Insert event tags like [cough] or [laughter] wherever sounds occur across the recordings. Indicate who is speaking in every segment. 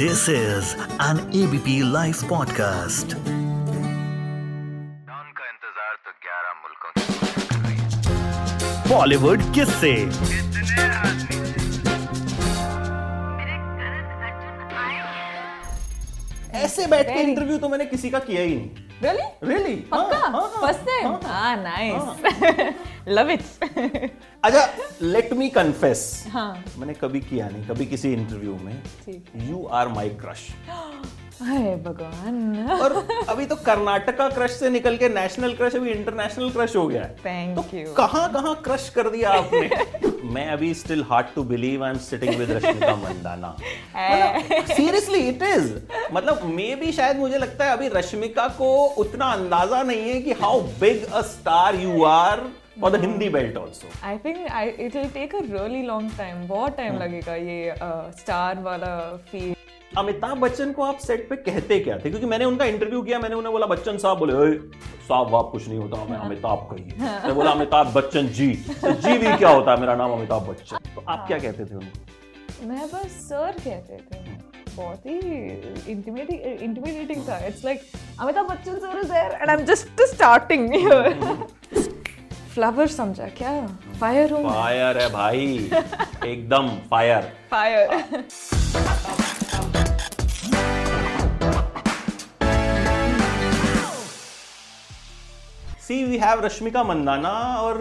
Speaker 1: This is an ABP Life podcast.
Speaker 2: Don का इंतजार तो 11 मुल्कों की दुनिया कर रही है
Speaker 1: बॉलीवुड किससे
Speaker 2: कितने आदमी से
Speaker 3: ऐसे बैठ के
Speaker 4: Very.
Speaker 3: इंटरव्यू तो मैंने किसी का किया ही नहीं
Speaker 4: Really?
Speaker 3: रियली हाँ,
Speaker 4: पक्का? First time? Ah, nice. [laughs] Love it.
Speaker 3: अच्छा लेट मी कन्फेस
Speaker 4: हाँ,
Speaker 3: मैंने कभी किया नहीं कभी किसी इंटरव्यू
Speaker 4: ठीक।
Speaker 3: में यू आर माई क्रश
Speaker 4: अरे भगवान
Speaker 3: और अभी तो कर्नाटका क्रश से निकल के नेशनल क्रश अभी इंटरनेशनल क्रश हो गया है तो
Speaker 4: थैंक यू
Speaker 3: कहाँ कहाँ क्रश कर दिया आपने
Speaker 4: [laughs]
Speaker 3: मैं अभी still hard to believe I am sitting with Rashmika
Speaker 4: [laughs]
Speaker 3: Mandanna seriously it is मतलब मे भी शायद मुझे लगता है अभी रश्मिका को उतना अंदाजा नहीं है कि how big a star you are for the Hindi belt also
Speaker 4: I think it will take a really long time बहुत टाइम लगेगा ये स्टार वाला फील
Speaker 3: अमिताभ बच्चन को आप सेट पे कहते क्या थे क्योंकि मैंने उनका इंटरव्यू किया मैंने उन्हें बोला बच्चन साहब बोले "ओए, साहब वाप कुछ नहीं होता मैं अमिताभ कहिए मैं बोला अमिताभ बच्चन जी तो जी भी क्या होता है मेरा नाम अमिताभ बच्चन तो आप क्या कहते थे उनको
Speaker 4: मैं बस सर कहते थे बहुत ही इंटिमेटिंग इंटिमिडेटिंग था it's like Amitabh Bachchan sir is there and I am just starting [laughs] flower समझा क्या फायर हूँ
Speaker 3: फायर है भाई एकदम fire
Speaker 4: [laughs] fire
Speaker 3: see we have Rashmika Mandanna और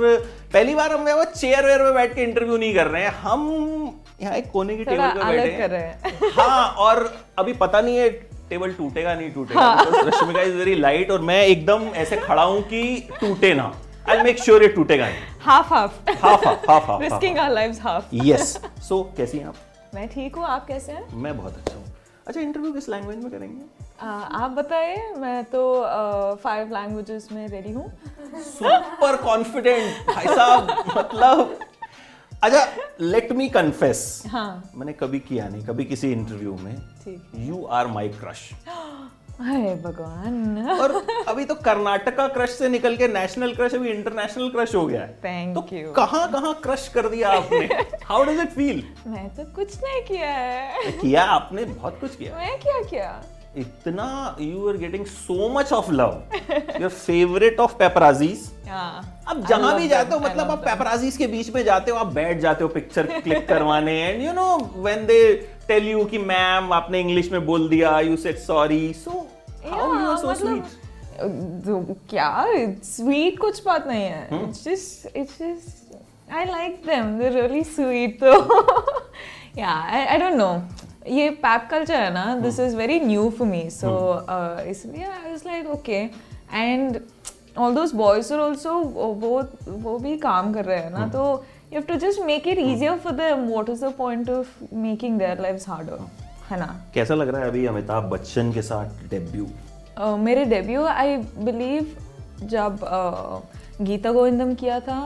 Speaker 3: पहली बार हम वो चेयर वेयर में बैठ के इंटरव्यू नहीं कर रहे हैं हम यहाँ एक कोने की
Speaker 4: थोड़ा
Speaker 3: टेबल पे बैठे
Speaker 4: अलग कर रहे हैं
Speaker 3: हैं हाँ और अभी पता नहीं है टेबल टूटेगा नहीं टूटेगा
Speaker 4: हाँ।
Speaker 3: because Rashmika is very light और मैं एकदम ऐसे खड़ा हूँ कि टूटे ना आई मेक श्योर ये टूटेगा नहीं
Speaker 4: half half
Speaker 3: half half half half
Speaker 4: risking our lives half
Speaker 3: yes so कैसी हैं आप
Speaker 4: मैं ठीक हूँ आप कैसे हैं
Speaker 3: मैं बहुत अच्छा हूँ अच्छा इंटरव्यू किस लैंग्वेज में करेंगे
Speaker 4: आ, आप बताइए मैं तो फाइव लैंग्वेजेस में रेडी हूँ
Speaker 3: सुपर कॉन्फिडेंट भाई साहब मतलब अच्छा लेट मी कन्फेस
Speaker 4: हाँ
Speaker 3: मैंने कभी किया नहीं कभी किसी इंटरव्यू में
Speaker 4: ठीक
Speaker 3: यू आर माई क्रश
Speaker 4: अरे भगवान
Speaker 3: और अभी तो कर्नाटका क्रश से निकल के नेशनल क्रश अभी इंटरनेशनल क्रश हो गया है तो
Speaker 4: थैंक यू
Speaker 3: कहाँ कहाँ क्रश कर दिया आपने हाउ डज इट फील
Speaker 4: मैं तो कुछ नहीं किया है
Speaker 3: किया आपने बहुत कुछ किया
Speaker 4: मैं क्या किया
Speaker 3: इतना you are getting so much of love your favourite of paparazzis
Speaker 4: हाँ
Speaker 3: अब
Speaker 4: I
Speaker 3: जहां
Speaker 4: love
Speaker 3: भी जाते हो
Speaker 4: them, I
Speaker 3: मतलब
Speaker 4: love
Speaker 3: आप
Speaker 4: them.
Speaker 3: पेपराजीज के बीच में जाते हो आप बैठ जाते हो पिक्चर क्लिक करवाने and you know when they tell you कि मैम आपने इंग्लिश में बोल दिया you said sorry so how you are
Speaker 4: Yeah,
Speaker 3: so
Speaker 4: मतलब,
Speaker 3: स्वीट
Speaker 4: जो- क्या स्वीट कुछ बात नहीं है it's just it's just I like them they really sweet तो [laughs] या आई डोंट नो ये पैप कल्चर है ना this is very new for me so इसलिए I was like okay and all those boys are also वो वो भी काम कर रहे हैं ना तो you have to just make it easier for them what is the point of making their lives harder है ना
Speaker 3: कैसा लग रहा है अभी अमिताभ बच्चन के साथ डेब्यू
Speaker 4: Uh, मेरे डेब्यू आई बिलीव जब uh, गीता गोविंदम किया था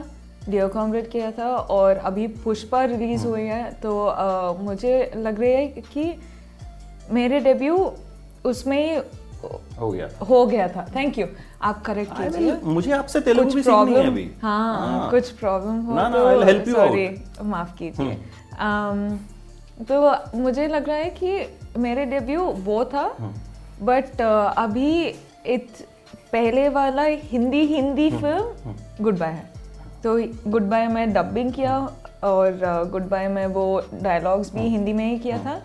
Speaker 4: डियर कॉम्रेड किया था और अभी पुष्पा रिलीज हुई है तो uh, मुझे लग रही है कि मेरे डेब्यू उसमें ही
Speaker 3: हो गया
Speaker 4: हो गया था थैंक यू आप करेक्ट कीजिए
Speaker 3: मुझे आपसे तेलुगु भी सीखनी है
Speaker 4: प्रॉब्लम
Speaker 3: अभी
Speaker 4: हाँ कुछ प्रॉब्लम हो
Speaker 3: ना, ना,
Speaker 4: तो
Speaker 3: I'll help you hmm.
Speaker 4: sorry, माफ कीजिए Um, तो मुझे लग रहा है कि मेरे डेब्यू वो था
Speaker 3: हम्म।
Speaker 4: बट अभी इत पहले वाला हिंदी हिंदी
Speaker 3: हम्म,
Speaker 4: फिल्म गुड बाय है तो गुड बाय मैं डबिंग किया और गुड बाय मैं वो डायलॉग्स
Speaker 3: हम्म।
Speaker 4: भी हिंदी में ही किया था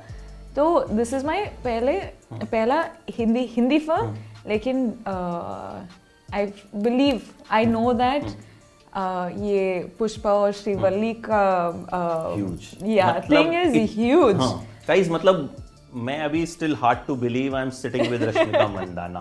Speaker 4: तो दिस इज माय पहले
Speaker 3: हम्म।
Speaker 4: पहला हिंदी हिंदी फिल्म लेकिन uh, I believe I know
Speaker 3: hmm.
Speaker 4: That ये पुष्पा और श्रीवल्ली का
Speaker 3: हाँ। Huge.
Speaker 4: या
Speaker 3: मतलब
Speaker 4: थिंग इज
Speaker 3: it- हाँ।
Speaker 4: ह्यूज
Speaker 3: गाइस मतलब मैं अभी still hard to believe I am sitting with Rashmika Mandanna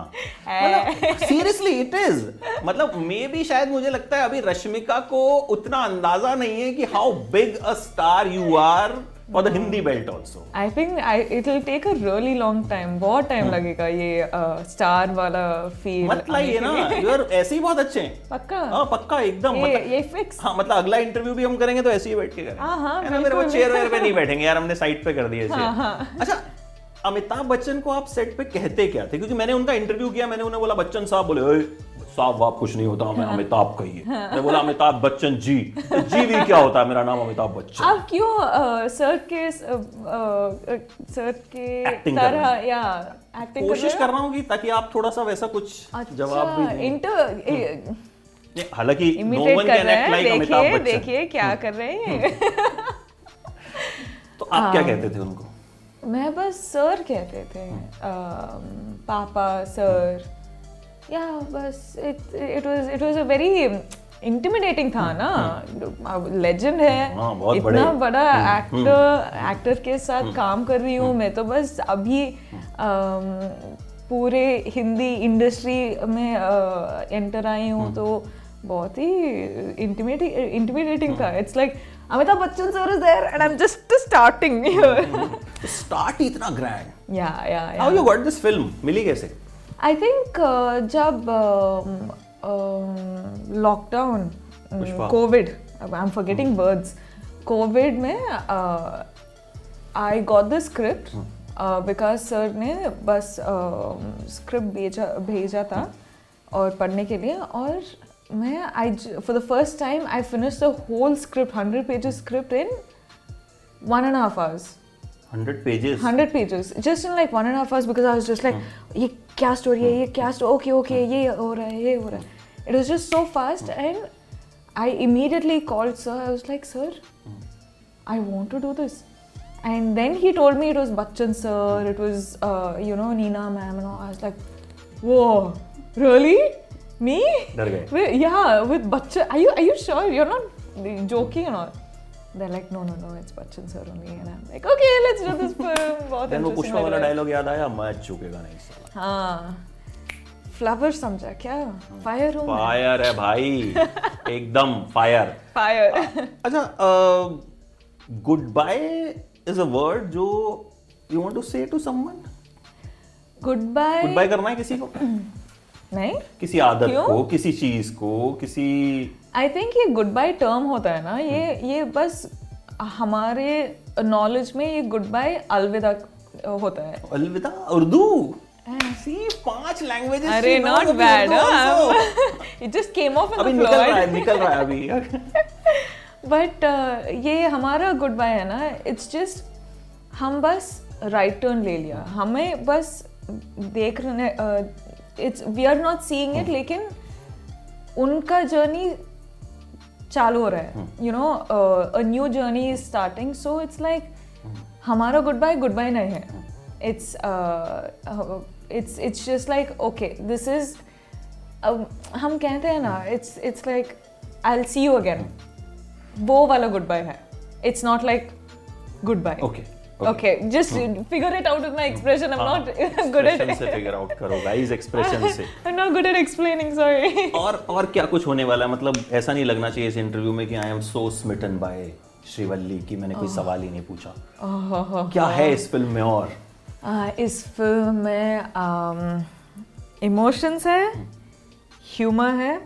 Speaker 3: seriously it is मतलब मे भी शायद मुझे लगता है अभी रश्मिका को उतना अंदाजा नहीं है कि how big a star you are for the Hindi belt also
Speaker 4: I think it will take a really long time बहुत टाइम लगेगा ये स्टार वाला फील
Speaker 3: हाँ। मत लाइए ना [laughs] यू आर ऐसे ही बहुत अच्छे हैं
Speaker 4: पक्का
Speaker 3: हाँ पक्का एकदम
Speaker 4: ये
Speaker 3: मतलब-
Speaker 4: ये फिक्स
Speaker 3: हाँ मतलब अगला इंटरव्यू भी हम करेंगे तो ऐसे ही बैठ के करेंगे
Speaker 4: हाँ, हाँ,
Speaker 3: है ना, मेरे वो
Speaker 4: बिल्कुल। हाँ,
Speaker 3: चेयर वेयर पे नहीं बैठेंगे यार हमने साइड पे कर दिए अच्छा अमिताभ बच्चन को आप सेट पे कहते क्या थे क्योंकि मैंने उनका इंटरव्यू किया मैंने उन्हें बोला बच्चन साहब बोले "ओए, साहब वाप कुछ नहीं होता
Speaker 4: हाँ।
Speaker 3: हमें अमिताभ कहिए मैं बोला अमिताभ बच्चन जी तो जी भी क्या होता है मेरा नाम अमिताभ बच्चन
Speaker 4: आप क्यों अ, सर के स- अ, अ, सर के
Speaker 3: Acting कर रहे
Speaker 4: तरह या एक्टिंग
Speaker 3: कोशिश कर रहा हूँ कि ताकि आप थोड़ा सा वैसा कुछ
Speaker 4: अच्छा,
Speaker 3: जवाब भी हाँ। दें
Speaker 4: इंटर
Speaker 3: नहीं, हालांकि नो
Speaker 4: इमिटेट
Speaker 3: वन
Speaker 4: कर
Speaker 3: कैन
Speaker 4: रहे
Speaker 3: एक्ट
Speaker 4: हैं
Speaker 3: लाइक अमिताभ
Speaker 4: देखिए
Speaker 3: बच्चन
Speaker 4: देखिए क्या कर रहे हैं ये।
Speaker 3: हाँ। तो आप
Speaker 4: हाँ।
Speaker 3: क्या कहते थे उनको
Speaker 4: मैं बस सर कहते थे
Speaker 3: हाँ।
Speaker 4: um, पापा सर या बस it it was it was a very intimidating था ना लेजेंड है
Speaker 3: हाँ, बहुत बड़े। हम्म,
Speaker 4: इतना बड़ा एक्टर एक्टर के साथ काम कर रही हूँ मैं तो बस अभी um, पूरे हिंदी इंडस्ट्री में एंटर आई हूँ
Speaker 3: हम्म।
Speaker 4: तो बहुत ही इंटिमिडेटिंग था
Speaker 3: हम्म।
Speaker 4: It's like Amitabh Bachchan sir is there and I am just starting
Speaker 3: hmm, start ही इतना ग्रैंड
Speaker 4: या या
Speaker 3: how you got this film मिली कैसे
Speaker 4: आई थिंक uh, जब um, lockdown
Speaker 3: Pushpa.
Speaker 4: Covid I am forgetting words covid में uh, I got the script because sir uh, ने बस स्क्रिप्ट भेजा भेजा था और पढ़ने के लिए और मैं I for the first time I finish the whole script hundred pages script in one and half hours
Speaker 3: 100 pages
Speaker 4: hundred pages just in like one and half hours because I was just like ये क्या story है ये क्या story okay okay ये हो रहा है ये हो रहा है it was just so fast and I immediately called sir I was like sir I want to do this and then he told me it was Bachchan sir it was you know Neena ma'am and I was like वो really me
Speaker 3: डर गए
Speaker 4: Wait, yeah, with Bachchan. Are you are you sure you're not joking or not? They're like, no, no, no, it's Bachchan sir only, and I'm like, okay, let's do this film. बहुत
Speaker 3: then वो
Speaker 4: interesting
Speaker 3: Pushpa
Speaker 4: लग
Speaker 3: वाला
Speaker 4: रहा है।
Speaker 3: Dialogue याद आया मैं चुकेगा नहीं साला
Speaker 4: हाँ, flower समझा क्या? Fire oh room. है।
Speaker 3: फायर है भाई
Speaker 4: [laughs]
Speaker 3: एकदम फायर
Speaker 4: Fire.
Speaker 3: अच्छा good bye is a word जो you want to say to someone good
Speaker 4: [laughs] Goodbye.
Speaker 3: Bye करना है किसी को
Speaker 4: नहीं?
Speaker 3: किसी आदत
Speaker 4: क्यों?
Speaker 3: को किसी चीज को किसी
Speaker 4: आई थिंक ये गुड बाय टर्म होता है ना ये
Speaker 3: Hmm.
Speaker 4: ये बस हमारे नॉलेज में ये गुड बाय अलविदा होता है
Speaker 3: अलविदा उर्दू सी पांच लैंग्वेजेस
Speaker 4: हाँ। अरे हाँ। Not bad [laughs] it just came off [laughs]
Speaker 3: अभी
Speaker 4: इन
Speaker 3: निकल रहा है निकल रहा है अभी
Speaker 4: [laughs] बट अ, uh, ये हमारा गुड बाय है ना इट्स जस्ट हम बस राइट टर्न ले लिया हमें बस uh, देख रहे it's we are not seeing
Speaker 3: Hmm.
Speaker 4: It लेकिन उनका जर्नी चालू हो रहा है
Speaker 3: हम्म।
Speaker 4: You know a new journey is starting so it's like
Speaker 3: हम्म।
Speaker 4: हमारा गुड बाय गुड बाय नहीं है it's it's it's just like okay this is हम कहते हैं ना
Speaker 3: हम्म।
Speaker 4: It's it's like I see you again
Speaker 3: हम्म।
Speaker 4: वो वाला गुड बाय है it's not like good bye
Speaker 3: okay
Speaker 4: okay just
Speaker 3: hmm.
Speaker 4: Figure it out with my expression I am [laughs] not good at
Speaker 3: expression हाँ, से figure out करो guys
Speaker 4: [laughs]
Speaker 3: expression से
Speaker 4: I am not good at explaining sorry
Speaker 3: और और क्या कुछ होने वाला है मतलब ऐसा नहीं लगना चाहिए इस इंटरव्यू में कि I am so smitten by Srivalli की मैंने कोई सवाल ही नहीं पूछा क्या है इस फिल्म में और
Speaker 4: आ, Uh, इस फिल्म में इमोशंस है ह्यूमर है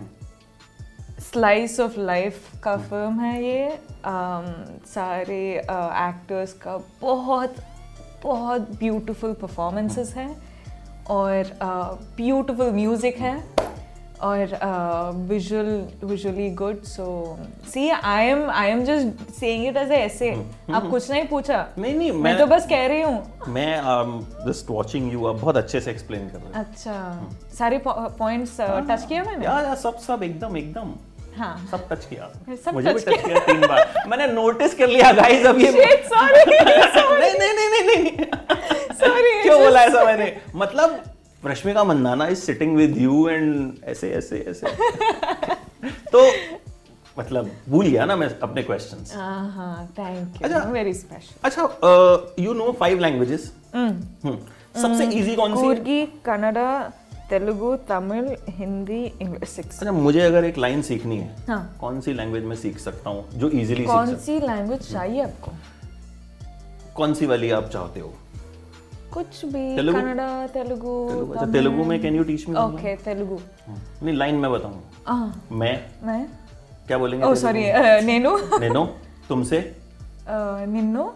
Speaker 4: स्लाइस ऑफ लाइफ का फिल्म है ये um, सारे एक्टर्स का बहुत बहुत ब्यूटीफुल परफॉर्मेंसेस हैं और ब्यूटीफुल म्यूजिक है और uh, visual visually good so see I am I am just saying it as a ऐसे आप कुछ नहीं पूछा
Speaker 3: Hmm. नहीं नहीं
Speaker 4: मैं
Speaker 3: मैं
Speaker 4: तो बस कह रही हूँ
Speaker 3: मैं um, जस्ट वाचिंग यू आप बहुत अच्छे से एक्सप्लेन कर रहे
Speaker 4: अच्छा सारे पॉइंट्स टच किया
Speaker 3: हो
Speaker 4: मैंने
Speaker 3: या या सब सब एकदम एकदम
Speaker 4: हाँ
Speaker 3: सब टच किया
Speaker 4: सब
Speaker 3: मुझे भी
Speaker 4: touch
Speaker 3: टच किया तीन बार मैंने नोटिस कर लिया गाइस अब ये
Speaker 4: Shit, sorry,
Speaker 3: [laughs] नहीं नहीं नहीं नहीं, नहीं
Speaker 4: sorry.
Speaker 3: [laughs] क्यों
Speaker 4: [laughs]
Speaker 3: बोला ऐसा मैंने मतलब Rashmika Mandanna is sitting with you and ऐसे ऐसे ऐसे
Speaker 4: [laughs]
Speaker 3: तो मतलब भूल गया ना मैं अपने क्वेश्चंस
Speaker 4: हाँ हाँ थैंक
Speaker 3: अच्छा।
Speaker 4: यू वेरी स्पेशल
Speaker 3: अच्छा यू नो फाइव लैंग्वेजेस
Speaker 4: हम्म।
Speaker 3: हम्म। सबसे इजी कौन सी है?
Speaker 4: कुर्गी कन्नड़ा तेलुगु तमिल हिंदी इंग्लिश सिक्स
Speaker 3: अच्छा मुझे अगर एक लाइन सीखनी है
Speaker 4: हाँ।
Speaker 3: कौन सी लैंग्वेज में सीख सकता हूँ जो इजीली सीख
Speaker 4: कौन
Speaker 3: सकता
Speaker 4: सी लैंग्वेज चाहिए आपको
Speaker 3: कौन सी वाली आप चाहते हो
Speaker 4: कुछ भी
Speaker 3: तेलुगु?
Speaker 4: कन्नड़ा तेलुगु
Speaker 3: तेलुगु अच्छा
Speaker 4: तमिल।
Speaker 3: तेलुगु में can you teach me
Speaker 4: okay Telugu
Speaker 3: नहीं लाइन मैं बताऊँ
Speaker 4: आ,
Speaker 3: मैं
Speaker 4: मैं
Speaker 3: क्या बोलेंगे
Speaker 4: ओ
Speaker 3: तेलुगु
Speaker 4: सॉरी [laughs] नेनु
Speaker 3: में? नैनो तुमसे
Speaker 4: अ, निन्नु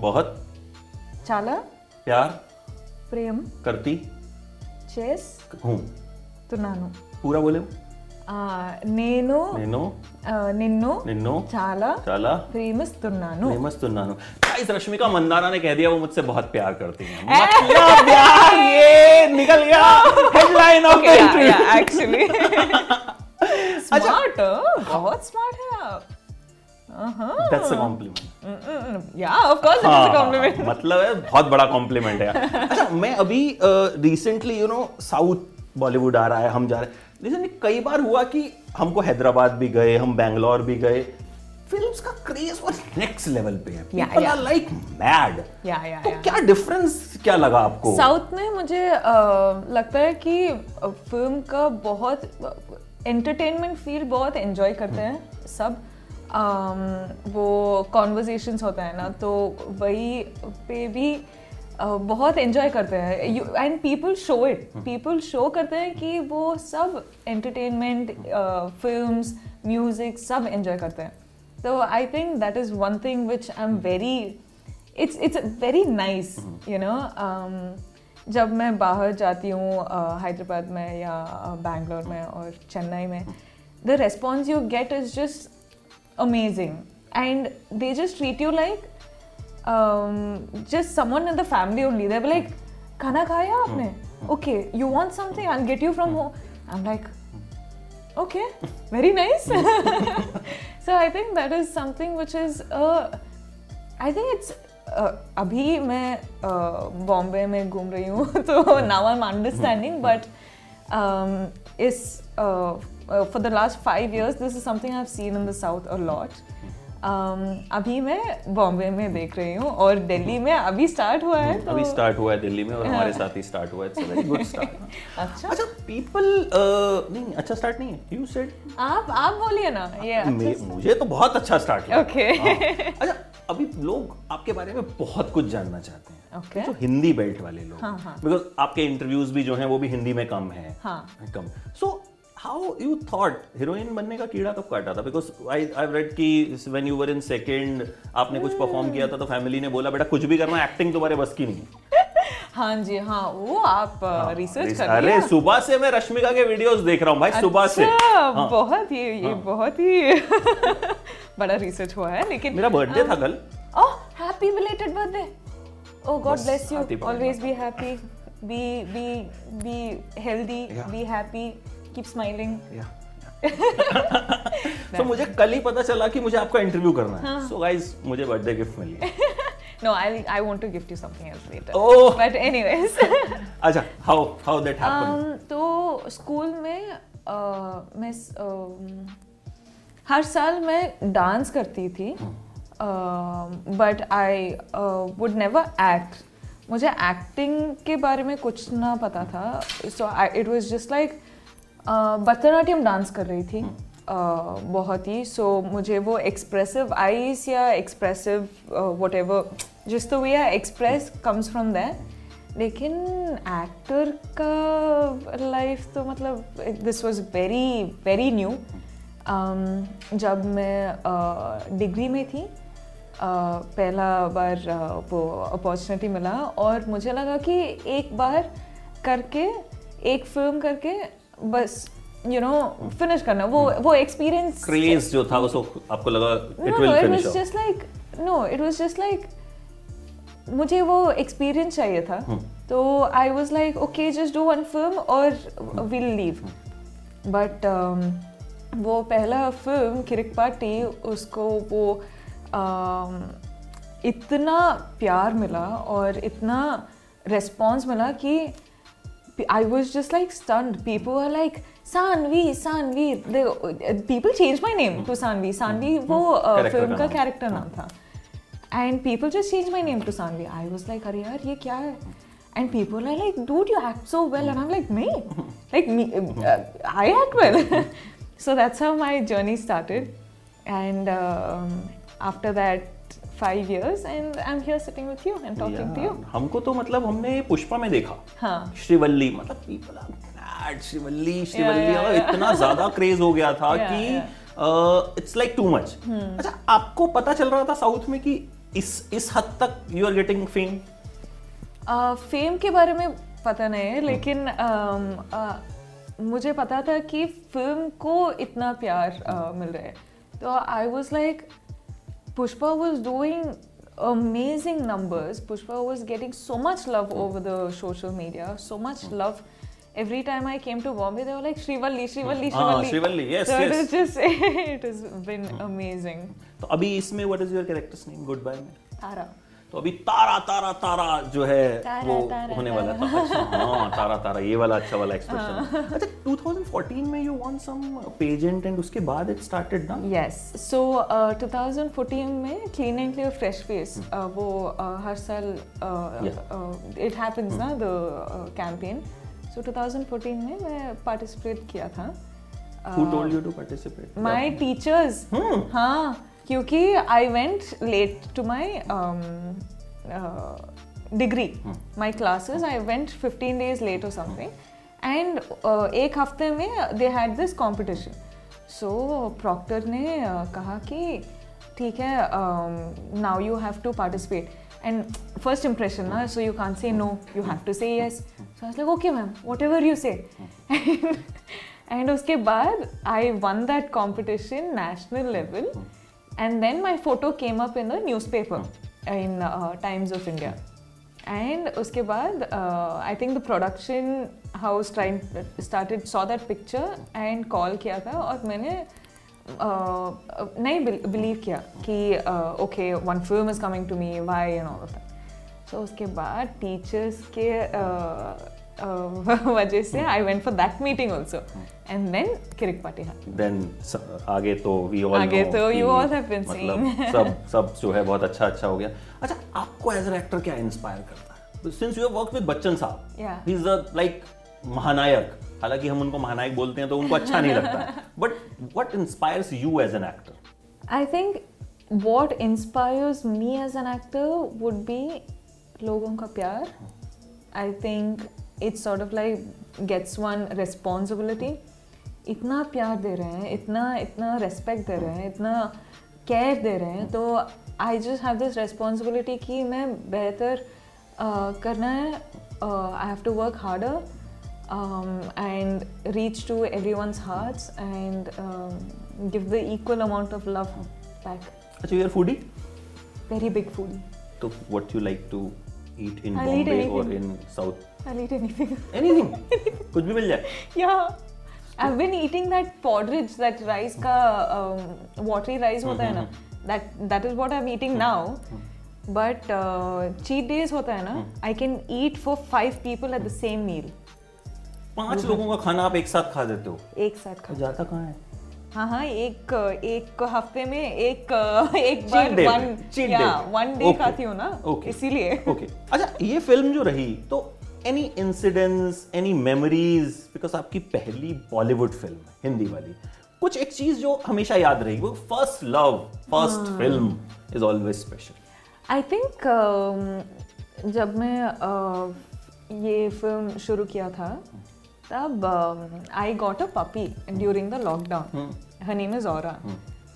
Speaker 3: बहुत
Speaker 4: चाला
Speaker 3: प्यार
Speaker 4: प्रेम
Speaker 3: करती
Speaker 4: चेस
Speaker 3: हूँ
Speaker 4: तुनानु
Speaker 3: पूरा बोले वो?
Speaker 4: Ah, నేను
Speaker 3: నేను
Speaker 4: ఆ, నిన్ను
Speaker 3: నిన్ను
Speaker 4: చాలా
Speaker 3: చాలా
Speaker 4: ప్రేమిస్తున్నాను
Speaker 3: ప్रेमస్తున్నాను इस रश्मिका मंदाना ने कह दिया वो मुझसे बहुत प्यार करती हैं मतलब यार ये निकल गया headline of the interview [laughs]
Speaker 4: actually [laughs]
Speaker 3: अच्छा,
Speaker 4: स्मार्ट बहुत स्मार्ट है आप
Speaker 3: दैट्स अ कॉम्प्लीमेंट
Speaker 4: या of course [laughs] it is a compliment
Speaker 3: हाँ, मतलब है बहुत बड़ा कॉम्प्लीमेंट है यार। अच्छा मैं अभी recently you know south Bollywood आ रहा है हम जा रहे हैं जैसे नहीं, कई बार हुआ कि हमको हैदराबाद भी गए हम बैंगलोर भी गए फिल्म्स का क्रेज और नेक्स्ट लेवल पे है
Speaker 4: Yeah,
Speaker 3: people
Speaker 4: yeah.
Speaker 3: Are like mad
Speaker 4: या या
Speaker 3: तो क्या डिफरेंस क्या लगा आपको
Speaker 4: साउथ में मुझे अ, लगता है कि फिल्म का बहुत एंटरटेनमेंट फील बहुत एंजॉय करते हैं सब अम, वो कॉन्वर्जेशंस होता है ना तो वही पे भी अ, बहुत एंजॉय करते हैं and people show it people show करते हैं कि वो सब एंटरटेनमेंट फिल्म्स म्यूजिक सब एंजॉय करते हैं So I think that is one thing which I'm very, it's it's very nice, you know. Um, जब मैं बाहर जाती हूँ uh, हैदराबाद में या बैंगलोर में और चेन्नई में the response you get is just amazing and they just treat you like just someone in the family only they like खाना खाया आपने okay you want something I get you from home I am like Okay, very nice. [laughs] so I think that is something which is, uh, I think it's. Uh, अभी मैं uh, Bombay में घूम रही हूँ [laughs] तो now I am understanding but इस uh, for the last five years this is something I have seen in the south a lot Um, अभी मैं बॉम्बे में देख रही हूँ और दिल्ली में अभी स्टार्ट हुआ है
Speaker 3: अभी
Speaker 4: तो
Speaker 3: स्टार्ट हुआ है दिल्ली में और हमारे साथ ही स्टार्ट हुआ है वेरी गुड स्टार्ट
Speaker 4: [laughs] अच्छा
Speaker 3: अच्छा पीपल नहीं अच्छा स्टार्ट नहीं है यू सेड
Speaker 4: आप आप बोलिए ना ये
Speaker 3: मे-
Speaker 4: अच्छा-
Speaker 3: मुझे तो बहुत अच्छा स्टार्ट लगा
Speaker 4: Okay.
Speaker 3: हाँ। अच्छा अभी लोग आपके बारे में बहुत कुछ जानना चाहते हैं
Speaker 4: [laughs] Okay.
Speaker 3: जो हिंदी बेल्ट वाले लोग
Speaker 4: हाँ, हाँ।
Speaker 3: बिकॉज आपके इंटरव्यूज भी जो हैं वो भी हिंदी में कम है
Speaker 4: हाँ।
Speaker 3: कम so how you thought heroine बनने का कीड़ा कब काटा था बिकॉज आई आई रेड कि when you were in second आपने कुछ परफॉर्म किया था तो फैमिली ने बोला बेटा कुछ भी करना एक्टिंग तुम्हारे बस की नहीं है।
Speaker 4: हाँ जी हाँ वो आप रिसर्च कर रहे
Speaker 3: हाँ। अरे सुबह से मैं रश्मिका के वीडियोस देख रहा हूँ भाई सुबह से हाँ।
Speaker 4: अच्छा, बहुत ही ये बहुत ही [laughs] बड़ा रिसर्च हुआ है लेकिन
Speaker 3: मेरा बर्थडे
Speaker 4: हाँ।
Speaker 3: था कल
Speaker 4: oh happy belated birthday oh god
Speaker 3: बस, हाँ।
Speaker 4: ब्लेस यू
Speaker 3: हाथी पकड़ना।
Speaker 4: Always be happy be be be healthy
Speaker 3: Yeah.
Speaker 4: Be happy keep smiling
Speaker 3: तो मुझे कल ही पता चला कि मुझे आपका इंटरव्यू करना
Speaker 4: हाँ।
Speaker 3: है सो गाइस मुझे बर्थडे गिफ्ट मिली
Speaker 4: [laughs]
Speaker 3: है।
Speaker 4: No I I want to gift you something else later
Speaker 3: oh [laughs]
Speaker 4: but anyways
Speaker 3: Oh! अच्छा how how that happened
Speaker 4: Um, तो स्कूल में अ, um, मैं स- अम, हर साल मैं डांस करती थी but I would never act मुझे एक्टिंग के बारे में कुछ ना पता था so it was just like Bharatanatyam dance कर रही थी अ, बहुत ही सो मुझे वो एक्सप्रेसिव आईज या एक्सप्रेसिव वट एवर जिस तो वे एक्सप्रेस कम्स फ्रॉम दैट लेकिन एक्टर का लाइफ तो मतलब this was very very new Um, जब मैं डिग्री में थी अ, पहला बार अ, वो अपॉर्चुनिटी मिला और मुझे लगा कि एक बार करके एक फिल्म करके बस यू नो फिनिश करना वो वो एक्सपीरियंस
Speaker 3: क्रेज जो था उसको आपको लगा it
Speaker 4: Um,
Speaker 3: will
Speaker 4: no, no, it
Speaker 3: finish
Speaker 4: was just like no, it was just like मुझे वो experience चाहिए था तो I was like okay just do one film or we'll leave but um, वो पहला film किरिक पार्टी उसको वो um, इतना प्यार मिला और इतना response मिला कि I was just like stunned. People were like, Sanvi, Sanvi. They, uh, people changed my name to Sanvi. Sanvi वो uh,
Speaker 3: Character का
Speaker 4: फिल्म का
Speaker 3: नाम।
Speaker 4: कैरेक्टर नाम था and people just change my name to Saanvi I was like अरे यार ये क्या है and people I like dude you act so well and I like me like I act [laughs] well so that's how my journey started and um, after that five years and i'm here sitting with you and talking to you
Speaker 3: हमको तो मतलब हमने पुष्पा में देखा
Speaker 4: हाँ
Speaker 3: श्रीवल्ली मतलब people are mad Shrivalli Shrivalli
Speaker 4: yeah,
Speaker 3: और इतना ज्यादा क्रेज हो गया था uh,
Speaker 4: Yeah, Hmm.
Speaker 3: कि इट्स लाइक टू मच अच्छा आपको पता चल रहा था साउथ में कि इस इस हद तक you are getting fame
Speaker 4: fame के बारे में पता नहीं है लेकिन मुझे पता था कि फिल्म को इतना प्यार uh, मिल रहा है तो I was like Pushpa was doing amazing numbers pushpa was getting so much love over the social media so much
Speaker 3: Hmm.
Speaker 4: love every time i came to bombay they were like shrivalli shrivalli
Speaker 3: Ah,
Speaker 4: shrivalli
Speaker 3: Shrivalli, yes,
Speaker 4: so
Speaker 3: yes.
Speaker 4: it
Speaker 3: Hmm.
Speaker 4: was just [laughs] it has been amazing
Speaker 3: तो अभी इसमें what is your character's name good bye में
Speaker 4: tara
Speaker 3: तो अभी तारा तारा तारा जो है
Speaker 4: तारा,
Speaker 3: वो
Speaker 4: तारा,
Speaker 3: होने वाला था अच्छा, हाँ तारा तारा ये वाला अच्छा वाला
Speaker 4: हाँ।
Speaker 3: एक्सप्रेशन अच्छा 2014 में you won some pageant and उसके बाद इट स्टार्टेड ना
Speaker 4: यस सो uh, 2014 में clean and clear fresh face वो uh, हर uh,
Speaker 3: Yeah.
Speaker 4: साल इट हैपेंस ना uh, द कैंपेन सो 2014 में मैं पार्टिसिपेट किया था Uh,
Speaker 3: who told you to participate
Speaker 4: my teachers हाँ क्योंकि I went late to my um, uh, degree my classes I went 15 days late और something and एक हफ्ते में they had this competition so proctor ने uh, कहा कि ठीक है now you have to participate and first impression ना so you can't say no you have to say yes so I okay ma'am whatever you से [laughs] And उसके बाद I won that competition national level, and then my photo came up in a newspaper in uh, Times of India. And उसके बाद uh, I think the production house tried, started saw that picture and call किया था और मैंने uh, नहीं believe किया कि uh, okay one film is coming to me why and all of that so उसके बाद टीचर्स के uh, uh, [laughs] वजह से I went for that meeting also and then Kirik Party हाँ
Speaker 3: देन आगे तो वी ऑल
Speaker 4: आगे तो you all have been
Speaker 3: मतलब सब सब जो है बहुत अच्छा अच्छा हो गया अच्छा आपको एज एन एक्टर क्या इंस्पायर करता है since you have work with Bachchan
Speaker 4: Yeah.
Speaker 3: साहब ही इज अ लाइक महानायक हालांकि हम उनको महानायक बोलते हैं तो उनको अच्छा नहीं
Speaker 4: [laughs]
Speaker 3: लगता but what inspires you as an actor
Speaker 4: I think what inspires me as an actor would be लोगों का प्यार. I think it sort of like gets one responsibility. इतना प्यार दे रहे हैं इतना इतना रेस्पेक्ट दे रहे हैं इतना केयर दे रहे हैं तो I just have this responsibility कि मैं बेहतर uh, करना है I have to work harder um, and reach to everyone's hearts and um, give the equal amount of love back.
Speaker 3: अच्छा you are foodie
Speaker 4: Very big foodie.
Speaker 3: तो what you like to eat in
Speaker 4: I'll eat
Speaker 3: Bombay और
Speaker 4: anything.
Speaker 3: In south
Speaker 4: I'll eat anything. [laughs]
Speaker 3: Anything कुछ भी मिल जाए
Speaker 4: yeah. I've been eating that porridge, that rice ka um, watery rice होता है ना. That that is what I'm eating now. But uh, cheat days होता है ना. I can eat for five people at the same meal.
Speaker 3: पांच लोगों का खाना आप एक साथ खा देते हो
Speaker 4: एक साथ खा
Speaker 3: तो जाता कहाँ है
Speaker 4: हाँ हाँ एक एक हफ्ते में एक एक
Speaker 3: Cheat
Speaker 4: बार
Speaker 3: day
Speaker 4: वन
Speaker 3: पे, cheat
Speaker 4: या
Speaker 3: day पे।
Speaker 4: One day
Speaker 3: Okay.
Speaker 4: खाती हूँ ना
Speaker 3: Okay.
Speaker 4: इसीलिए
Speaker 3: ओके अच्छा ये फिल्म जो रही तो any incidents any memories because आपकी पहली बॉलीवुड फिल्म है हिंदी वाली कुछ एक चीज जो हमेशा याद रहेगी वो फर्स्ट लव
Speaker 4: हाँ।
Speaker 3: First film is always special
Speaker 4: I think um, जब मैं uh, ये फिल्म शुरू किया था तब um, I got a puppy during the lockdown
Speaker 3: hmm.
Speaker 4: Her name is और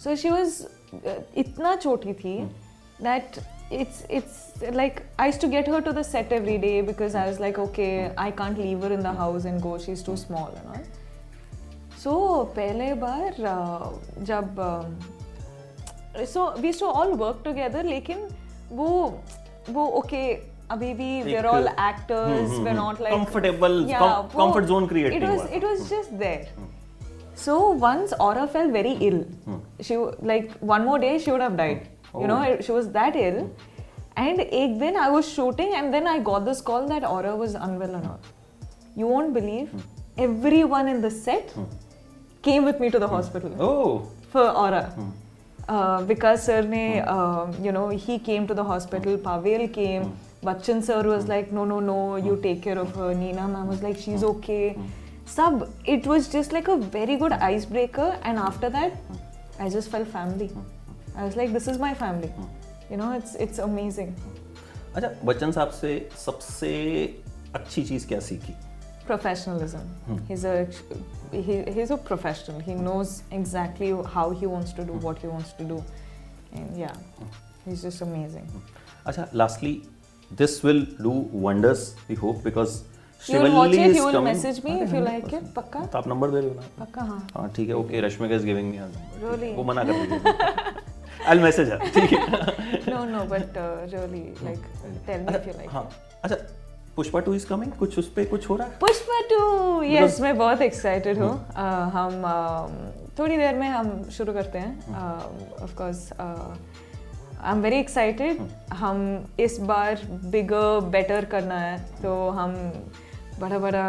Speaker 4: सो शी वाज uh, इतना छोटी थी
Speaker 3: hmm.
Speaker 4: That it's it's like I to get her to the set every day because I was like okay I can't leave her in the house and go she is too small and all so पहले बार uh, जब so we to all work together लेकिन वो वो okay अभी भी we are
Speaker 3: एक-
Speaker 4: all actors we are not like
Speaker 3: comfortable comfort zone create
Speaker 4: it
Speaker 3: नहीं
Speaker 4: was
Speaker 3: हुआ
Speaker 4: it was just there so once aura felt very ill she w- like one more day she would have died you know she was that ill and ek din i was shooting and then i got this call that aura was unwell and all you won't believe everyone in the set came with me to the hospital
Speaker 3: oh
Speaker 4: for Aura. Uh, because sir ne, um, you know, he came to the hospital, Pavel came, Bachchan sir was like, no, no, no, you take care of her. Nina ma'am was like, she's okay. Sub, it was just like a very good icebreaker. And after that, I just felt family. I was like, this is my family. You know, it's it's amazing.
Speaker 3: अच्छा बच्चन साहब से सबसे अच्छी चीज क्या सीखी
Speaker 4: Professionalism.
Speaker 3: Hmm.
Speaker 4: He's a he, he's a professional. He knows exactly how he wants to do
Speaker 3: Hmm.
Speaker 4: what he wants to do, and yeah, he's just amazing.
Speaker 3: अच्छा lastly this will do wonders we hope because
Speaker 4: you will watch
Speaker 3: Shivalli
Speaker 4: it
Speaker 3: is
Speaker 4: you will
Speaker 3: coming.
Speaker 4: message me if you like it पक्का
Speaker 3: तो आप number दे रहे हो ना
Speaker 4: पक्का हाँ
Speaker 3: हाँ ठीक है okay Rashmika is giving me
Speaker 4: Really?
Speaker 3: वो मना कर रही है आई मैसेज हर ठीक
Speaker 4: [laughs]
Speaker 3: है
Speaker 4: no no but uh, really like tell me if you like
Speaker 3: हाँ अच्छा पुष्पा टू इज कमिंग कुछ उस पे कुछ हो रहा है
Speaker 4: पुष्पा टू यस मैं बहुत एक्साइटेड हूँ Uh, हम uh, थोड़ी देर में हम शुरू करते हैं Uh, of course I am very excited हम इस बार बिगर बेटर करना है तो हम बड़ा बड़ा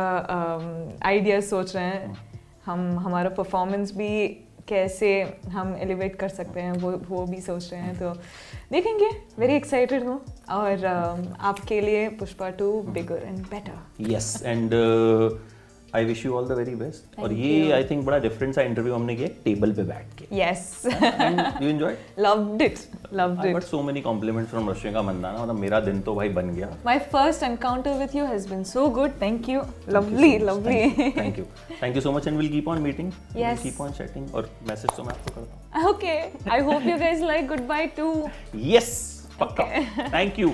Speaker 4: आइडिया सोच रहे हैं हम हमारा परफॉर्मेंस भी कैसे हम एलिवेट कर सकते हैं वो वो भी सोच रहे हैं तो देखेंगे वेरी एक्साइटेड हूँ और um, आपके लिए Pushpa two bigger and better
Speaker 3: yes and I wish you all the very best और ये आई थिंक बड़ा डिफरेंट सा इंटरव्यू हमने किया टेबल पे बैठ के
Speaker 4: Yes,
Speaker 3: and you enjoy
Speaker 4: [laughs] loved it, loved
Speaker 3: I got
Speaker 4: it.
Speaker 3: So many compliments from Rashmika Mandanna मतलब मेरा दिन तो भाई बन गया
Speaker 4: My first encounter with you has been so good. Thank you. Lovely, lovely.
Speaker 3: Thank you thank you so much and will keep on meeting
Speaker 4: Yes.
Speaker 3: Keep on chatting और message तो मैं आपको करता हूँ
Speaker 4: [laughs] Okay, I hope you guys like goodbye too.
Speaker 3: Yes पक्का thank you